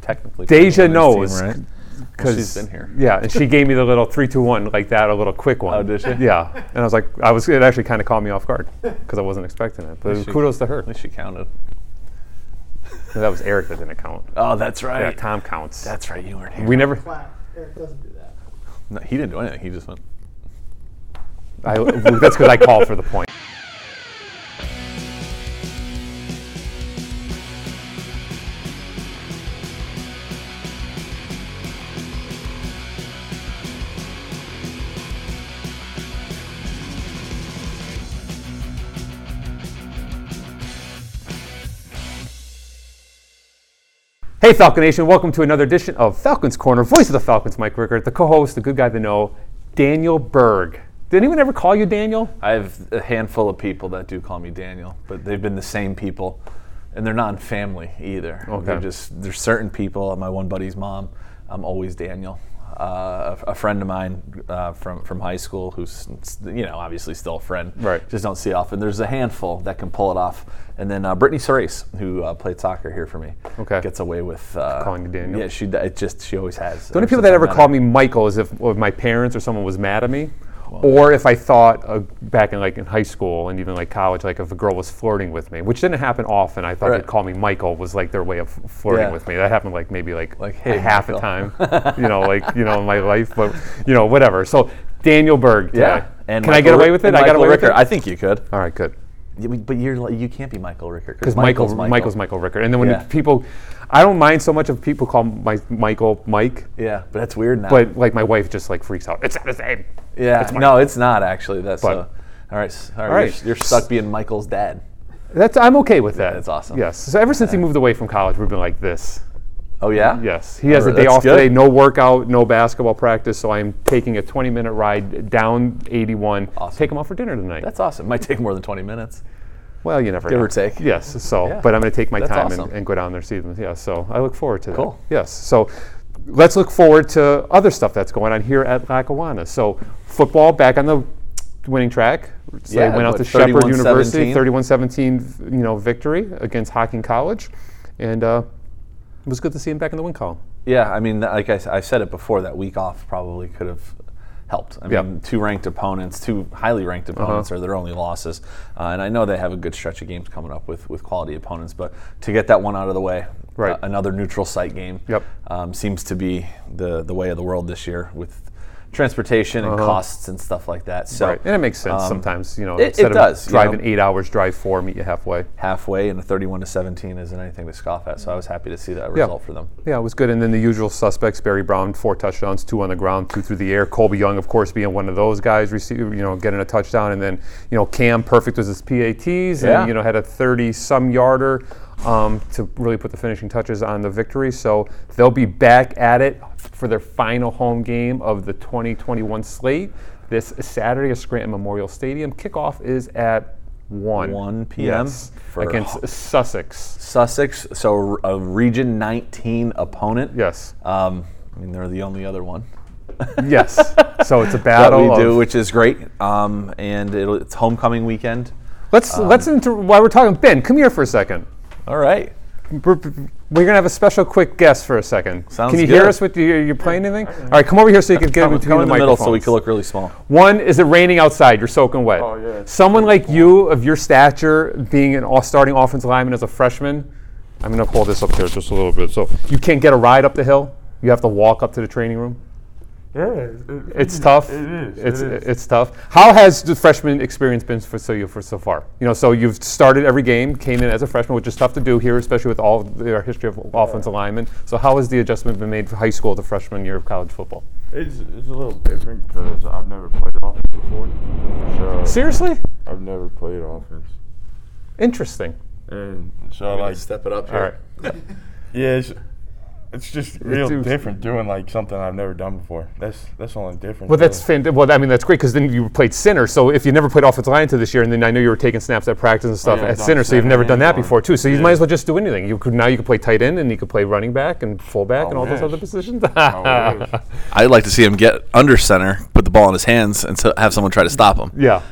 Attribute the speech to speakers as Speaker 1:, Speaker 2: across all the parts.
Speaker 1: technically. played
Speaker 2: Deja
Speaker 1: on this team,
Speaker 2: knows.
Speaker 1: right?
Speaker 2: Because
Speaker 1: she's in here.
Speaker 2: Yeah, and she gave me the little three, two, one like that, a little quick one.
Speaker 1: Oh, did she?
Speaker 2: Yeah, and I was like, I was. It actually kind of caught me off guard because I wasn't expecting it. But
Speaker 1: She-
Speaker 2: kudos to her.
Speaker 1: At least she counted.
Speaker 2: That was Eric that didn't count.
Speaker 1: Oh, that's
Speaker 2: Yeah,
Speaker 1: right.
Speaker 2: Tom counts.
Speaker 1: that's right. You weren't here.
Speaker 2: we never.
Speaker 3: Clap. Eric doesn't do that.
Speaker 1: No, he didn't do anything. He just went.
Speaker 2: I, that's because I called for the point. Hey, Falcon Nation, welcome to another edition of Falcons Corner, voice of the Falcons, Mike Rickert, the co host, the good guy to know, Daniel Berg. Did anyone ever call you Daniel?
Speaker 1: I have a handful of people that do call me Daniel, but they've been the same people, and they're not in family either. They're
Speaker 2: Okay.
Speaker 1: just there's certain people. My one buddy's mom, I'm always Daniel. Uh, a, a friend of mine uh, from from high school, who's you know obviously still a friend,
Speaker 2: Right.
Speaker 1: Just don't see often. There's a handful that can pull it off, and then uh, Brittany Cerise, who uh, played soccer here for me,
Speaker 2: Okay.
Speaker 1: gets away with uh,
Speaker 2: Calling you Daniel.
Speaker 1: Yeah, she d- it just she always has.
Speaker 2: The only people that ever called me Michael is if, or if my parents or someone was mad at me, or if I thought uh, back in like in high school and even like college, like if a girl was flirting with me, which didn't happen often. I thought
Speaker 1: Right.
Speaker 2: they'd call me Michael was like their way of flirting
Speaker 1: Yeah.
Speaker 2: with me. That happened like maybe like,
Speaker 1: Like,
Speaker 2: a
Speaker 1: "Hey,
Speaker 2: half
Speaker 1: Michael."
Speaker 2: a time, you know, like you know in my life, but you know whatever. So Daniel Berg,
Speaker 1: Yeah,
Speaker 2: today. can I get
Speaker 1: Michael Ri-
Speaker 2: away with it?
Speaker 1: and
Speaker 2: I got
Speaker 1: Michael
Speaker 2: away
Speaker 1: Ricker.
Speaker 2: with it.
Speaker 1: I think you could.
Speaker 2: All right, good.
Speaker 1: Yeah, but- but you're li- you can't be Michael Ricker
Speaker 2: Because Michael, Michael's Michael Rickard, and then when
Speaker 1: Yeah.
Speaker 2: people, I don't mind so much if people call my Michael Mike,
Speaker 1: Yeah, but that's weird now.
Speaker 2: but like my wife just like freaks out. It's not the same.
Speaker 1: yeah, no, it's not actually. That's
Speaker 2: But-
Speaker 1: uh, all right. s- All right,
Speaker 2: right.
Speaker 1: You're, you're stuck being Michael's dad.
Speaker 2: That's I'm okay with that.
Speaker 1: that's awesome.
Speaker 2: Yes. So ever since he moved away from college, we've been like this.
Speaker 1: Oh yeah.
Speaker 2: Yes. He has a
Speaker 1: Alright,
Speaker 2: day
Speaker 1: that's
Speaker 2: off
Speaker 1: good.
Speaker 2: today, no workout, no basketball practice. So I'm taking a 20 minute ride down 81.
Speaker 1: Awesome.
Speaker 2: Take him out for dinner tonight.
Speaker 1: That's awesome. Might take more than 20 minutes.
Speaker 2: well, you never
Speaker 1: give
Speaker 2: know.
Speaker 1: or take.
Speaker 2: Yes. So,
Speaker 1: Yeah.
Speaker 2: but I'm going to take my
Speaker 1: That's
Speaker 2: time
Speaker 1: awesome.
Speaker 2: and, and go down there see them. Yeah. So I look forward to that.
Speaker 1: Cool.
Speaker 2: Yes. So let's look forward to other stuff that's going on here at Lackawanna. So football back on the winning track. So
Speaker 1: Yeah,
Speaker 2: they went out
Speaker 1: what,
Speaker 2: to Shepherd University,
Speaker 1: 31-17?
Speaker 2: 31-17, you know, victory against Hocking College, and uh, it was good to see him back in the win column.
Speaker 1: Yeah, I mean, like I, s- I said it before, that week off probably could have helped. I
Speaker 2: Yeah. Uh-huh.
Speaker 1: mean, two ranked opponents, two highly ranked opponents are their only losses. Uh, and I know they have a good stretch of games coming up with, with quality opponents, but to get that one out of the way,
Speaker 2: Right.
Speaker 1: uh, another neutral site game
Speaker 2: Yep.
Speaker 1: um, seems to be the, the way of the world this year with transportation and costs and stuff like that. So
Speaker 2: Uh-huh. Right. And it makes sense
Speaker 1: um,
Speaker 2: sometimes, you know,
Speaker 1: it- it
Speaker 2: instead
Speaker 1: does,
Speaker 2: of
Speaker 1: you
Speaker 2: driving
Speaker 1: know.
Speaker 2: eight hours, drive four, meet you halfway.
Speaker 1: halfway and a 31 to 17 isn't anything to scoff at. So I was happy to see that result for them.
Speaker 2: Yeah, it was good. And then the usual suspects: Barry Brown, four touchdowns, two on the ground, two through the air. Colby Young, of course, being one of those guys, receive, you know, getting a touchdown. And then you know, Cam perfect was his PATs,
Speaker 1: Yeah.
Speaker 2: and you know, had a 30-some yarder um, to really put the finishing touches on the victory. So they'll be back at it for their final home game of the 2021 slate this Saturday at Scranton Memorial Stadium. Kickoff is at. 1,
Speaker 1: 1 p.m.
Speaker 2: Yes,
Speaker 1: for-
Speaker 2: against Sussex.
Speaker 1: Sussex, so a Region 19 opponent.
Speaker 2: Yes.
Speaker 1: Um, I mean, they're the only other one
Speaker 2: Yes. So it's a
Speaker 1: that
Speaker 2: battle.
Speaker 1: we do,
Speaker 2: of-
Speaker 1: which is great. Um, and it'll, it's homecoming weekend.
Speaker 2: Let's
Speaker 1: Um,
Speaker 2: let's inter- while we're talking. Ben, come here for a second.
Speaker 1: All right.
Speaker 2: We're, we're gonna have a special quick guest for a second.
Speaker 1: Sounds
Speaker 2: can you
Speaker 1: good.
Speaker 2: hear us? With you, you playing anything? All right, come over here so you can get
Speaker 1: Come,
Speaker 2: between
Speaker 1: come in the middle so we
Speaker 2: microphones.
Speaker 1: can look really small.
Speaker 2: One is it raining outside? You're soaking wet.
Speaker 4: Oh, yeah, it's
Speaker 2: Someone like you, of your stature, being an all starting offensive lineman as a freshman, I'm gonna pull this up here just a little bit. So you can't get a ride up the hill. You have to walk up to the training room.
Speaker 4: Yeah, it- it-
Speaker 2: It's tough.
Speaker 4: It is.
Speaker 2: It's
Speaker 4: it is.
Speaker 2: it's tough. How has the freshman experience been for so you for so far? You know, so you've started every game, came in as a freshman, which is tough to do here, especially with all the, our history of offensive linemen. So how has the adjustment been made for high school to freshman year of college football?
Speaker 4: it's, it's a little different because I've never played offense before. So
Speaker 2: Seriously,
Speaker 4: I've never played offense,
Speaker 2: interesting.
Speaker 4: and so like
Speaker 1: step it up
Speaker 2: All right.
Speaker 4: yeah, it's, it's just real
Speaker 2: it was-
Speaker 4: different doing like something I've never done before. That's that's the only difference.
Speaker 2: Well, that's
Speaker 4: really.
Speaker 2: fantastic. Well, I mean, that's great because then you played center. So if you never played offensive line until this year, and then I know you were taking snaps at practice and stuff
Speaker 4: yeah,
Speaker 2: at
Speaker 4: done
Speaker 2: center, so you've
Speaker 4: center
Speaker 2: never done
Speaker 4: and
Speaker 2: that
Speaker 4: guard.
Speaker 2: before too. So you
Speaker 4: Yeah.
Speaker 2: might as well just do anything. You could now you could play tight end, and you could play running back and fullback and all those
Speaker 4: wish.
Speaker 2: other positions.
Speaker 4: I wish.
Speaker 5: I'd like to see him get under center, put the ball in his hands, and so have someone try to stop him.
Speaker 2: Yeah,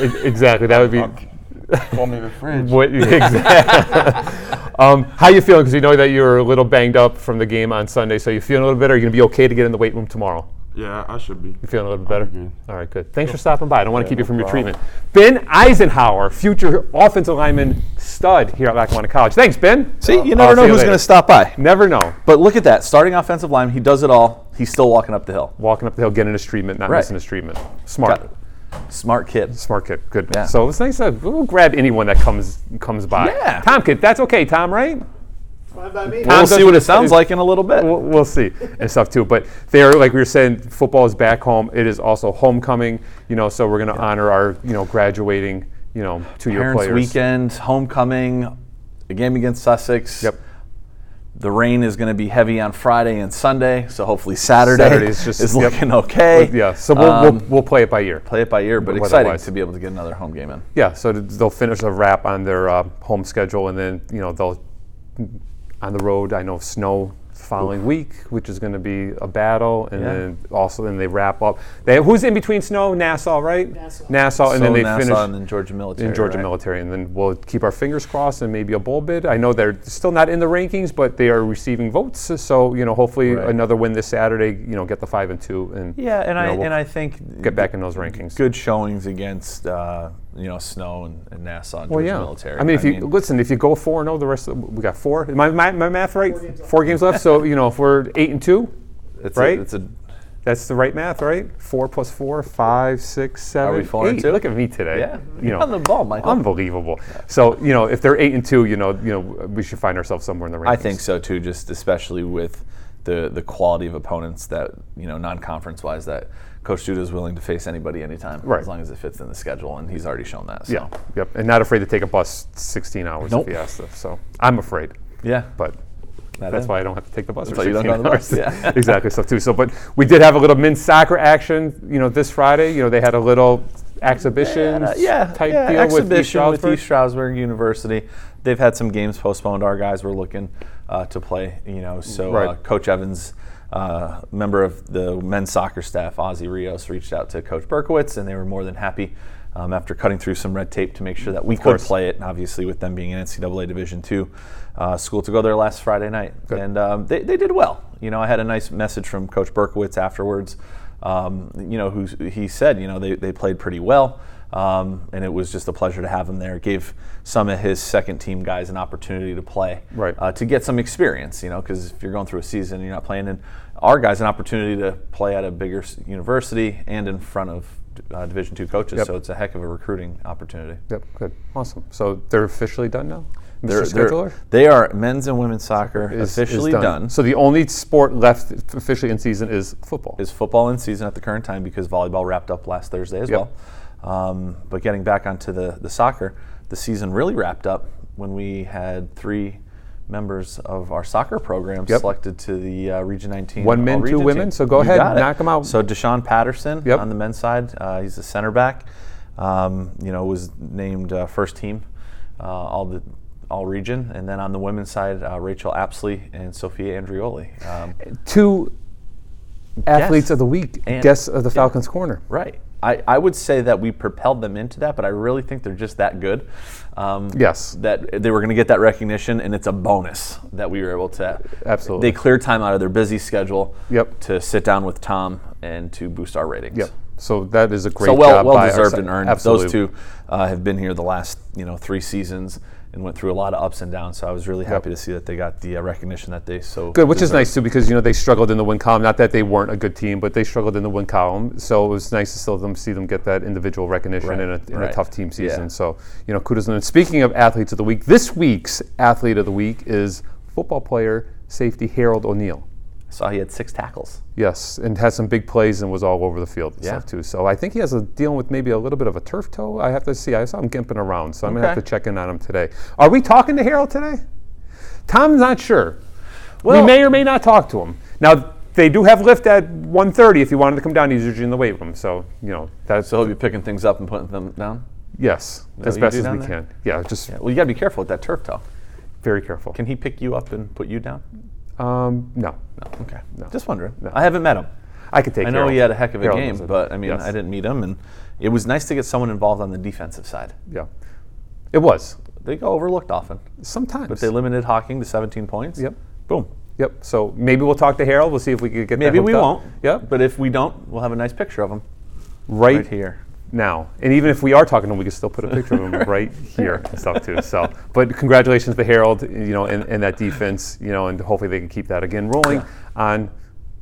Speaker 2: E- exactly. That would be.
Speaker 4: Okay. Call me the fridge.
Speaker 2: What exactly? um, how you feeling? Because you know that you were a little banged up from the game on Sunday. So you feeling a little better? Are you gonna be okay to get in the weight room tomorrow?
Speaker 4: Yeah, I should be.
Speaker 2: You feeling a little better?
Speaker 4: good.
Speaker 2: All right, good. Thanks for stopping by. I don't want to keep you
Speaker 4: no
Speaker 2: from your
Speaker 4: problem.
Speaker 2: treatment. Ben Eisenhower, future offensive lineman stud here at Lackawanna College. Thanks, Ben.
Speaker 1: See, you
Speaker 2: I'll
Speaker 1: never
Speaker 2: see
Speaker 1: know who's
Speaker 2: later.
Speaker 1: going to stop by.
Speaker 2: Never know.
Speaker 1: But look at that. Starting offensive line, he does it all. He's still walking up the hill.
Speaker 2: Walking up the hill, getting his treatment, not
Speaker 1: Right.
Speaker 2: missing his treatment. Smart.
Speaker 1: Got- Smart kid.
Speaker 2: Smart kid. Good.
Speaker 1: Yeah.
Speaker 2: So it's nice to we'll grab anyone that comes comes by.
Speaker 1: Yeah.
Speaker 2: Tom kid, that's okay, Tom, right?
Speaker 1: We'll
Speaker 2: Tom
Speaker 1: see what
Speaker 2: doesn't-
Speaker 1: it sounds like in a little bit.
Speaker 2: we'll, we'll see and stuff too. But they are like we were saying, football is back home. It is also homecoming, you know. So we're going to honor our you know graduating you know two year
Speaker 1: Parents'
Speaker 2: players.
Speaker 1: weekend, homecoming, a game against Sussex.
Speaker 2: Yep.
Speaker 1: The rain is going to be heavy on Friday and Sunday, so hopefully Saturday
Speaker 2: Saturday is just-
Speaker 1: is
Speaker 2: yep.
Speaker 1: looking okay.
Speaker 2: Yeah. So we'll, we'll,
Speaker 1: Um,
Speaker 2: we'll play it by ear.
Speaker 1: play it by ear, but exciting
Speaker 2: Weather-wise.
Speaker 1: to be able to get another home game in.
Speaker 2: Yeah. So th- they'll finish a wrap on their uh, home schedule, and then you know they'll on the road. I know snow the following week, which is going to be a battle, and
Speaker 1: Yeah.
Speaker 2: then also then they wrap up. They who's in between snow? Nassau, right?
Speaker 3: Nassau.
Speaker 1: so
Speaker 2: and then they
Speaker 1: Nassau
Speaker 2: finish.
Speaker 1: and then Georgia military.
Speaker 2: in Georgia
Speaker 1: right?
Speaker 2: military, and then we'll keep our fingers crossed and maybe a bowl bid. I know they're still not in the rankings, but they are receiving votes. So you know, hopefully
Speaker 1: Right.
Speaker 2: another win this Saturday. You know, get the five and two, and
Speaker 1: Yeah, and
Speaker 2: you
Speaker 1: I
Speaker 2: know, we'll
Speaker 1: and I think
Speaker 2: get back in those rankings.
Speaker 1: good showings against uh, you know Snow and, and Nassau and
Speaker 2: Well,
Speaker 1: Georgia
Speaker 2: yeah.
Speaker 1: military.
Speaker 2: I mean, if you listen, if you go four and zero, the rest of the, we got four. Am I- my, my math right? Four
Speaker 3: games left.
Speaker 2: left. So you know, if we're eight and two,
Speaker 1: it's
Speaker 2: right?
Speaker 1: a, it's a
Speaker 2: that's the right math, right? Four plus four, five, six, seven,
Speaker 1: we four and
Speaker 2: eight.
Speaker 1: two?
Speaker 2: Look at me today.
Speaker 1: yeah,
Speaker 2: You
Speaker 1: you're
Speaker 2: know,
Speaker 1: on the ball, Michael.
Speaker 2: unbelievable. So you know, if they're eight and two, you know, you know, we should find ourselves somewhere in the rankings.
Speaker 1: I think so too, just especially with the the quality of opponents that you know non-conference wise that Coach Duda is willing to face anybody anytime,
Speaker 2: Right.
Speaker 1: as long as it fits in the schedule, and he's already shown that. So.
Speaker 2: Yeah. Yep. And not afraid to take a bus 16 hours
Speaker 1: Nope.
Speaker 2: if he has to. So I'm afraid,
Speaker 1: yeah,
Speaker 2: but
Speaker 1: that
Speaker 2: that's
Speaker 1: is.
Speaker 2: why I don't have to take the bus.
Speaker 1: That's
Speaker 2: for
Speaker 1: why you don't go
Speaker 2: 16
Speaker 1: on the bus,
Speaker 2: hours.
Speaker 1: yeah.
Speaker 2: exactly. So too. So, but we did have a little men's soccer action. You know, this Friday. You know, they had a little exhibition
Speaker 1: Uh, yeah,
Speaker 2: type
Speaker 1: yeah,
Speaker 2: deal
Speaker 1: exhibition
Speaker 2: with East Stroudsburg.
Speaker 1: East Stroudsburg University. They've had some games postponed. Our guys were looking uh, to play, you know. So uh,
Speaker 2: Right.
Speaker 1: Coach Evans, uh, member of the men's soccer staff, Ozzy Rios, reached out to Coach Berkowitz, and they were more than happy. Um, after cutting through some red tape to make sure that we could
Speaker 2: course.
Speaker 1: play it, and obviously with them being an NCAA Division II uh, school to go there last Friday night, and um, they, they did well. You know, I had a nice message from Coach Berkowitz afterwards um, you know, who's, he said, you know, they, they played pretty well. Um, and it was just a pleasure to have him there. It gave some of his second team guys an opportunity to play,
Speaker 2: Right.
Speaker 1: uh, to get some experience, you know, because if you're going through a season and you're not playing, and our guys an opportunity to play at a bigger s- university and in front of uh, Division two coaches.
Speaker 2: Yep.
Speaker 1: So it's a heck of a recruiting opportunity.
Speaker 2: Yep. Good. Awesome. So they're officially done now.
Speaker 1: They're-
Speaker 2: mister
Speaker 1: they're-
Speaker 2: Scheduler
Speaker 1: they are men's and women's soccer
Speaker 2: is- is
Speaker 1: officially done.
Speaker 2: So the only sport left officially in season is football.
Speaker 1: is football in season at the current time because volleyball wrapped up last Thursday as
Speaker 2: Yep.
Speaker 1: well. Um, but getting back onto the, the soccer, the season really wrapped up when we had three members of our soccer program
Speaker 2: Yep.
Speaker 1: selected to the uh, Region 19.
Speaker 2: One men, two
Speaker 1: All-Region
Speaker 2: women,
Speaker 1: team.
Speaker 2: so go
Speaker 1: You
Speaker 2: ahead,
Speaker 1: got it.
Speaker 2: knock 'em out.
Speaker 1: So Deshaun Patterson
Speaker 2: Yep.
Speaker 1: on the men's side, uh, he's a center back. Um, you know, was named uh, first team uh, all the all region, and then on the women's side, uh, Rachel Apsley and Sophia Andrioli. Um,
Speaker 2: Two athletes of the week.
Speaker 1: And-
Speaker 2: guests of the Falcons corner.
Speaker 1: Right. I, I would say that we propelled them into that, but I really think they're just that good. Um,
Speaker 2: Yes.
Speaker 1: That they were going to get that recognition, and it's a bonus that we were able to.
Speaker 2: Absolutely.
Speaker 1: They cleared time out of their busy schedule
Speaker 2: Yep.
Speaker 1: to sit down with Tom and to boost our ratings.
Speaker 2: Yep. So that is a great
Speaker 1: So well,
Speaker 2: job by
Speaker 1: well
Speaker 2: our
Speaker 1: deserved
Speaker 2: side.
Speaker 1: and earned.
Speaker 2: Absolutely.
Speaker 1: Those two uh, have been here the last you know three seasons and went through a lot of ups and downs. So I was really happy to see that they got the uh, recognition that they so
Speaker 2: Good, which is nice too, because you know they struggled in the win column. Not that they weren't a good team, but they struggled in the win column. So it was nice to still them see them get that individual recognition in, a,
Speaker 1: Right,
Speaker 2: in
Speaker 1: right.
Speaker 2: a tough team
Speaker 1: Yeah.
Speaker 2: season. So you know, kudos. to them. And speaking of athletes of the week, this week's athlete of the week is football player safety Harold O'Neal.
Speaker 1: I saw he had six tackles.
Speaker 2: Yes, and had some big plays and was all over the field and
Speaker 1: Yeah.
Speaker 2: stuff too. So I think he has a dealing with maybe a little bit of a turf toe. I have to see. I saw him gimping around, so I'm gonna have
Speaker 1: Okay.
Speaker 2: to check in on him today. Are we talking to Harold today? Tom's not sure.
Speaker 1: Well-
Speaker 2: we may or may not talk to him. Now they do have lift at 1:30 if you wanted to come down. He's usually in the weight room, so you know that's
Speaker 1: So he'll be picking things up and putting them down.
Speaker 2: yes, as
Speaker 1: you
Speaker 2: best
Speaker 1: do
Speaker 2: as
Speaker 1: down
Speaker 2: we
Speaker 1: there?
Speaker 2: can. Yeah, just
Speaker 1: Well, you got to be careful with that turf toe.
Speaker 2: very careful.
Speaker 1: Can he pick you up and put you down?
Speaker 2: um, no,
Speaker 1: No. Okay. Just wondering. I
Speaker 2: I
Speaker 1: haven't met him.
Speaker 2: I could take.
Speaker 1: I know
Speaker 2: Harold.
Speaker 1: he had a heck of a
Speaker 2: Harold
Speaker 1: game,
Speaker 2: was a-
Speaker 1: but I mean,
Speaker 2: yes.
Speaker 1: I didn't meet him, and it was nice to get someone involved on the defensive side.
Speaker 2: Yeah. It was
Speaker 1: They go overlooked often.
Speaker 2: sometimes.
Speaker 1: But they limited Hawking to 17 points.
Speaker 2: Yep.
Speaker 1: Boom.
Speaker 2: Yep. So maybe we'll talk to Harold. We'll see if we can get. that
Speaker 1: Maybe we
Speaker 2: hooked up.
Speaker 1: won't.
Speaker 2: Yep.
Speaker 1: But if we don't, we'll have a nice picture of him
Speaker 2: Right,
Speaker 1: right here.
Speaker 2: now, and even if we are talking to him, we can still put a picture of him right here and stuff too. So, but congratulations to Harold. You know, and, and that defense. You know, and hopefully they can keep that again rolling on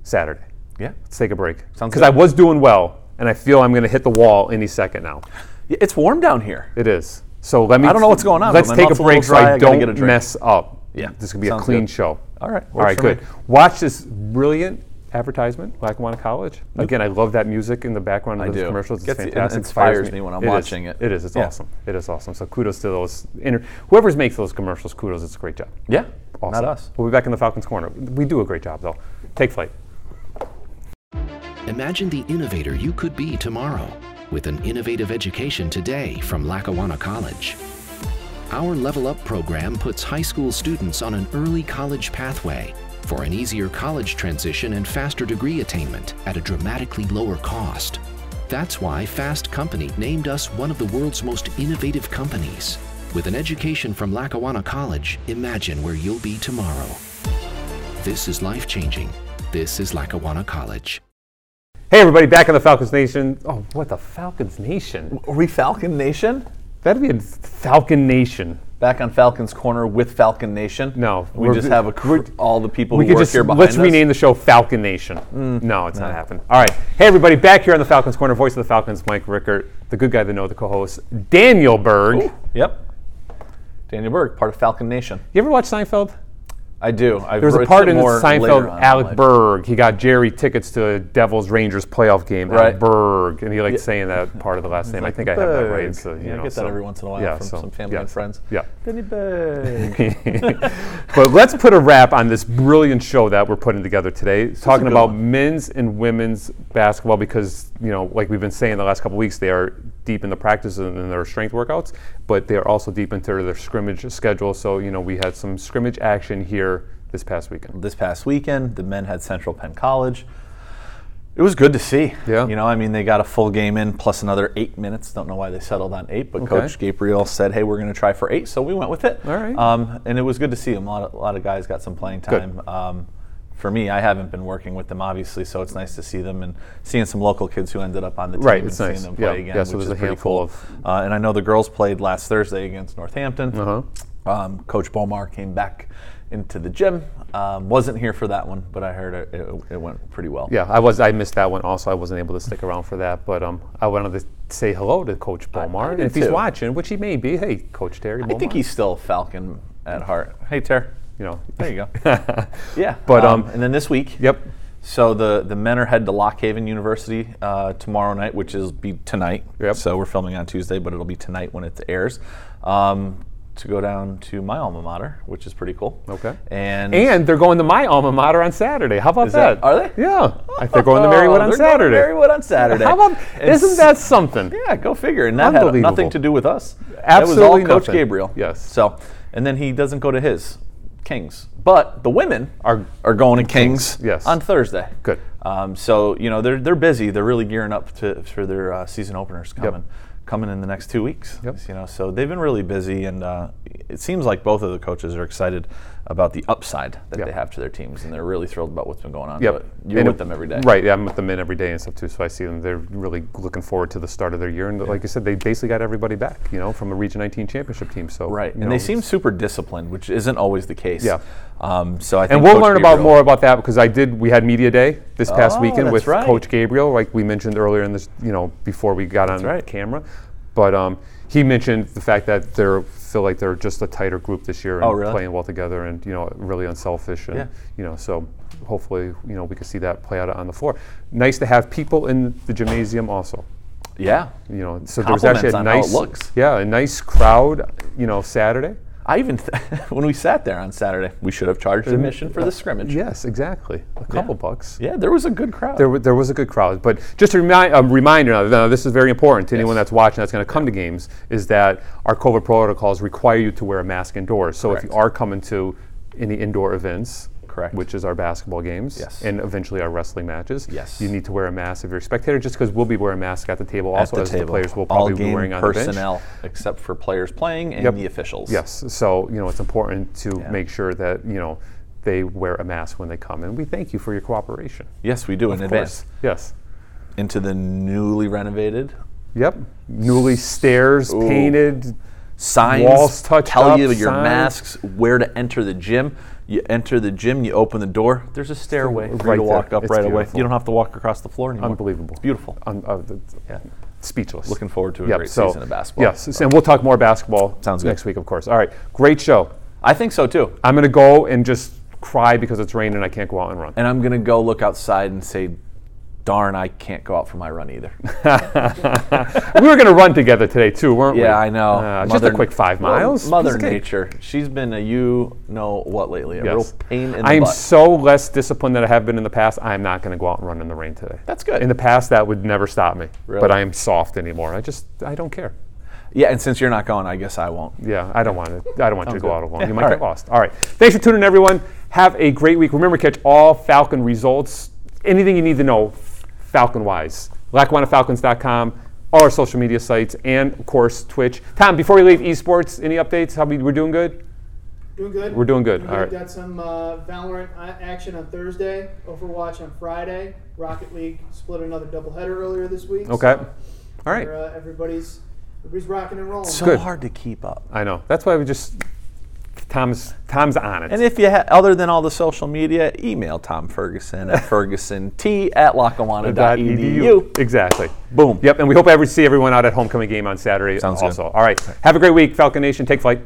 Speaker 2: Saturday.
Speaker 1: Yeah.
Speaker 2: Let's take a break
Speaker 1: Sounds
Speaker 2: because
Speaker 1: good.
Speaker 2: I was doing well, and I feel I'm going to hit the wall any second now.
Speaker 1: Yeah, It's warm down here.
Speaker 2: It is. So let me.
Speaker 1: I don't know what's going on, but
Speaker 2: Let's
Speaker 1: my
Speaker 2: take a
Speaker 1: mouth's a little
Speaker 2: break so
Speaker 1: dry.
Speaker 2: I
Speaker 1: I gotta get a
Speaker 2: don't
Speaker 1: drink.
Speaker 2: mess up.
Speaker 1: Yeah,
Speaker 2: This is gonna be a
Speaker 1: sounds
Speaker 2: clean
Speaker 1: good.
Speaker 2: show.
Speaker 1: All right, works
Speaker 2: All right.
Speaker 1: for me.
Speaker 2: Good. Watch this brilliant advertisement, Lackawanna College. Again, I love that music in the background of
Speaker 1: I
Speaker 2: those
Speaker 1: do.
Speaker 2: commercials. It's
Speaker 1: Gets- it
Speaker 2: fantastic.
Speaker 1: inspires
Speaker 2: Fires
Speaker 1: me when I'm
Speaker 2: is.
Speaker 1: watching it.
Speaker 2: It is. It's
Speaker 1: Yeah.
Speaker 2: awesome. It is awesome. So kudos to those. Inter- whoever's makes those commercials, kudos. It's a great job.
Speaker 1: Yeah.
Speaker 2: Awesome.
Speaker 1: Not us.
Speaker 2: We'll be back in the Falcons corner. We do a great job though. Take flight.
Speaker 3: Imagine the innovator you could be tomorrow with an innovative education today from Lackawanna College. Our Level Up program puts high school students on an early college pathway for an easier college transition and faster degree attainment at a dramatically lower cost. That's why Fast Company named us one of the world's most innovative companies. With an education from Lackawanna College, imagine where you'll be tomorrow. This is life changing. This is Lackawanna College.
Speaker 2: Hey everybody, back in the Falcons Nation. Oh, what the Falcons Nation?
Speaker 1: Are we Falcon Nation?
Speaker 2: That'd be a Falcon Nation.
Speaker 1: Back on Falcon's Corner with Falcon Nation?
Speaker 2: No,
Speaker 1: We
Speaker 2: we're-
Speaker 1: just have a cr- all the people
Speaker 2: we
Speaker 1: who
Speaker 2: could
Speaker 1: work
Speaker 2: just
Speaker 1: here behind
Speaker 2: let's
Speaker 1: us. Mm.
Speaker 2: rename the show Falcon Nation. no, it's not happening. All right, hey everybody, back here on the Falcons Corner, voice of the Falcons, Mike Rickert, the good guy, the know, the co-host, Daniel Berg.
Speaker 1: Yep. Daniel Berg, part of Falcon Nation.
Speaker 2: You ever watch Seinfeld?
Speaker 1: I do. I
Speaker 2: There was a part in Seinfeld, Alec
Speaker 1: Burr.
Speaker 2: Berg. He got Jerry tickets to a Devils Rangers playoff game. Alec
Speaker 1: Right.
Speaker 2: Berg, and he liked saying that part of the last name. I think I have that right.
Speaker 1: Berg.
Speaker 2: So, you
Speaker 1: Yeah, I
Speaker 2: know,
Speaker 1: get that
Speaker 2: so-
Speaker 1: every once in a while from some family and friends.
Speaker 2: Yeah.
Speaker 1: Danny Berg.
Speaker 2: but let's put a wrap on this brilliant show that we're putting together today, talking
Speaker 1: good
Speaker 2: about
Speaker 1: one.
Speaker 2: men's and women's basketball because you know, like we've been saying the last couple weeks, they are deep in the practice and in their strength workouts, but they are also deep into their scrimmage schedule. So you know, we had some scrimmage action here this past weekend.
Speaker 1: this past weekend. The men had Central Penn College. It was good to see.
Speaker 2: Yeah.
Speaker 1: You know, I mean, they got a full game in plus another eight minutes. Don't know why they settled on eight, but
Speaker 2: Okay.
Speaker 1: Coach Gabriel said, hey, we're going to try for eight, so we went with it.
Speaker 2: All right.
Speaker 1: Um, and it was good to see them. A lot of, a lot of guys got some playing
Speaker 2: Good.
Speaker 1: time. Um, for me, I haven't been working with them, obviously, so it's nice to see them and seeing some local kids who ended up on the team
Speaker 2: Right,
Speaker 1: and
Speaker 2: it's
Speaker 1: seeing
Speaker 2: nice.
Speaker 1: them play
Speaker 2: Yeah,
Speaker 1: again.
Speaker 2: yeah, so
Speaker 1: which
Speaker 2: there's
Speaker 1: is
Speaker 2: a
Speaker 1: pretty
Speaker 2: handful
Speaker 1: cool.
Speaker 2: of-
Speaker 1: Uh, and I know the girls played last Thursday against Northampton.
Speaker 2: Uh-huh.
Speaker 1: Um, Coach Bomar came back into the gym. Um, wasn't here for that one, but I heard it, it, it went pretty well.
Speaker 2: Yeah, I was. I missed that one also. I wasn't able to stick around for that, but um, I wanted to say hello to Coach Bomar, and
Speaker 1: did
Speaker 2: if he's
Speaker 1: too.
Speaker 2: watching, which he may be, hey, Coach Terry.
Speaker 1: I think
Speaker 2: Bomar,
Speaker 1: he's still a Falcon at heart. Hey, Ter.
Speaker 2: you know.
Speaker 1: There you go. yeah.
Speaker 2: But, um,
Speaker 1: and then this week.
Speaker 2: Yep.
Speaker 1: So the the men are head to Lock Haven University uh, tomorrow night, which is be tonight.
Speaker 2: Yep.
Speaker 1: So we're filming on Tuesday, but it'll be tonight when it airs. Um, to go down to my alma mater, which is pretty cool.
Speaker 2: Okay.
Speaker 1: And
Speaker 2: And they're going to my alma mater on Saturday. How about
Speaker 1: Is that- are they? Oh,
Speaker 2: Yeah. I- they're going to Marywood on
Speaker 1: they're going to
Speaker 2: Saturday.
Speaker 1: Marywood on Saturday.
Speaker 2: How about,
Speaker 1: And
Speaker 2: isn't
Speaker 1: s-
Speaker 2: that something?
Speaker 1: Yeah, go figure. And that had
Speaker 2: Unbelievable.
Speaker 1: nothing to do with us. that
Speaker 2: Absolutely
Speaker 1: was all Coach
Speaker 2: nothing.
Speaker 1: Gabriel.
Speaker 2: Yes.
Speaker 1: So, and then he doesn't go to his Kings, but the women
Speaker 2: Are-
Speaker 1: are going to Kings,
Speaker 2: yes.
Speaker 1: on Thursday.
Speaker 2: Good.
Speaker 1: Um, so you know they're they're busy. They're really gearing up to for their uh, season openers coming. Coming in the next two weeks,
Speaker 2: Yep.
Speaker 1: you know, so they've been really busy, and uh, it seems like both of the coaches are excited about the upside that
Speaker 2: Yep.
Speaker 1: they have to their teams, and they're really thrilled about what's been going on.
Speaker 2: Yep.
Speaker 1: But you're
Speaker 2: And
Speaker 1: with
Speaker 2: it-
Speaker 1: them every day,
Speaker 2: Right. Yeah, I'm with them in every day and stuff too. So I see them. They're really looking forward to the start of their year. And like I said, they basically got everybody back, you know, from a Region 19 championship team. So
Speaker 1: Right, and
Speaker 2: you know,
Speaker 1: they seem super disciplined, which isn't always the case.
Speaker 2: Yeah.
Speaker 1: Um, so I think
Speaker 2: And we'll
Speaker 1: Coach
Speaker 2: learn about
Speaker 1: Gabriel-
Speaker 2: more about that because I did. We had media day this past
Speaker 1: Oh,
Speaker 2: weekend
Speaker 1: that's
Speaker 2: with
Speaker 1: right.
Speaker 2: Coach Gabriel, like we mentioned earlier in this, you know, before we got on
Speaker 1: right.
Speaker 2: camera. But um, he mentioned the fact that they're feel like they're just a tighter group this year and
Speaker 1: Oh, really?
Speaker 2: playing well together and you know really unselfish and
Speaker 1: Yeah.
Speaker 2: you know so hopefully you know we can see that play out on the floor. Nice to have people in the gymnasium also.
Speaker 1: Yeah.
Speaker 2: You know, so there was actually
Speaker 1: Compliments
Speaker 2: a
Speaker 1: on how it
Speaker 2: nice
Speaker 1: looks.
Speaker 2: yeah a nice crowd you know Saturday.
Speaker 1: I even th- when we sat there on Saturday, we should have charged admission for the
Speaker 2: uh,
Speaker 1: scrimmage.
Speaker 2: Yes, exactly. A couple bucks.
Speaker 1: Yeah, there was a good crowd.
Speaker 2: there, wa- there was a good crowd. But just a, remi- a reminder, now, now this is very important to anyone
Speaker 1: Yes.
Speaker 2: that's watching that's going to come to games, is that our COVID protocols require you to wear a mask indoors. So if you
Speaker 1: Correct.
Speaker 2: are coming to any indoor events,
Speaker 1: Correct.
Speaker 2: Which is our basketball games
Speaker 1: Yes.
Speaker 2: and eventually our wrestling matches.
Speaker 1: Yes.
Speaker 2: You need to wear a mask if you're a spectator, just because we'll be wearing masks at the table also as the players will
Speaker 1: all
Speaker 2: probably
Speaker 1: game
Speaker 2: be wearing on the bench.
Speaker 1: personnel, except for players playing and
Speaker 2: Yep.
Speaker 1: the officials.
Speaker 2: Yes. So, you know, it's important to
Speaker 1: Yeah.
Speaker 2: make sure that, you know, they wear a mask when they come. And we thank you for your cooperation.
Speaker 1: Yes, we do in
Speaker 2: Of
Speaker 1: advance.
Speaker 2: course. Yes.
Speaker 1: Into the newly renovated
Speaker 2: Yep. Newly stairs painted.
Speaker 1: signs
Speaker 2: Walls touched
Speaker 1: tell
Speaker 2: up,
Speaker 1: you your
Speaker 2: signs.
Speaker 1: masks, where to enter the gym. You enter the gym, you open the door. There's a stairway for you
Speaker 2: Right
Speaker 1: to walk
Speaker 2: there.
Speaker 1: up
Speaker 2: It's
Speaker 1: right away.
Speaker 2: beautiful.
Speaker 1: You don't have to walk across the floor anymore.
Speaker 2: Unbelievable.
Speaker 1: It's beautiful.
Speaker 2: Un- uh, th-
Speaker 1: Yeah.
Speaker 2: Speechless.
Speaker 1: Looking forward to a
Speaker 2: Yep,
Speaker 1: great
Speaker 2: so-
Speaker 1: season of basketball.
Speaker 2: Yes. so- And we'll talk more basketball
Speaker 1: Sounds good.
Speaker 2: next week, of course. All right. Great show.
Speaker 1: I think so too.
Speaker 2: I'm going to go and just cry because it's raining and I can't go out and run.
Speaker 1: And I'm gonna go look outside and say, "Darn, I can't go out for my run either."
Speaker 2: we were going to run together today, too, weren't we?
Speaker 1: Yeah, I know.
Speaker 2: Uh, just a quick five
Speaker 1: well,
Speaker 2: miles.
Speaker 1: Mother
Speaker 2: piece of cake.
Speaker 1: Nature, she's been a you know what lately, a
Speaker 2: Yes.
Speaker 1: real pain in the
Speaker 2: I am
Speaker 1: butt.
Speaker 2: so less disciplined than I have been in the past. I am not going to go out and run in the rain today.
Speaker 1: That's good.
Speaker 2: In the past, that would never stop me.
Speaker 1: Really?
Speaker 2: But I am soft anymore. I just, I don't care.
Speaker 1: yeah, and since you're not going, I guess I won't.
Speaker 2: Yeah, I don't want to. I don't want you to go out alone. You might
Speaker 1: all right.
Speaker 2: get lost. All right. Thanks for tuning in, everyone. Have a great week. Remember, catch all Falcon results. Anything you need to know, Falcon wise. LackawannaFalcons.com, all our social media sites, and of course Twitch. Tom, before we leave esports, any updates? How we, we're doing good?
Speaker 6: Doing good.
Speaker 2: We're doing good.
Speaker 6: We've
Speaker 2: All right.
Speaker 6: Got some uh, Valorant a- action on Thursday, Overwatch on Friday, Rocket League split another doubleheader earlier this week.
Speaker 2: Okay.
Speaker 6: So
Speaker 2: All
Speaker 6: we're,
Speaker 2: right.
Speaker 6: uh, everybody's everybody's rocking and rolling.
Speaker 1: So
Speaker 2: Good.
Speaker 1: hard to keep up.
Speaker 2: I know. That's why we just Tom's Tom's on it.
Speaker 1: And if you ha- other than all the social media, email Tom Ferguson at fergusont at
Speaker 2: Dot E
Speaker 1: lackawanna.edu.
Speaker 2: Exactly.
Speaker 1: E Boom.
Speaker 2: Yep. And we hope every see everyone out at homecoming game on Saturday.
Speaker 1: Sounds good.
Speaker 2: also. All right. Have a great week, Falcon Nation. Take flight.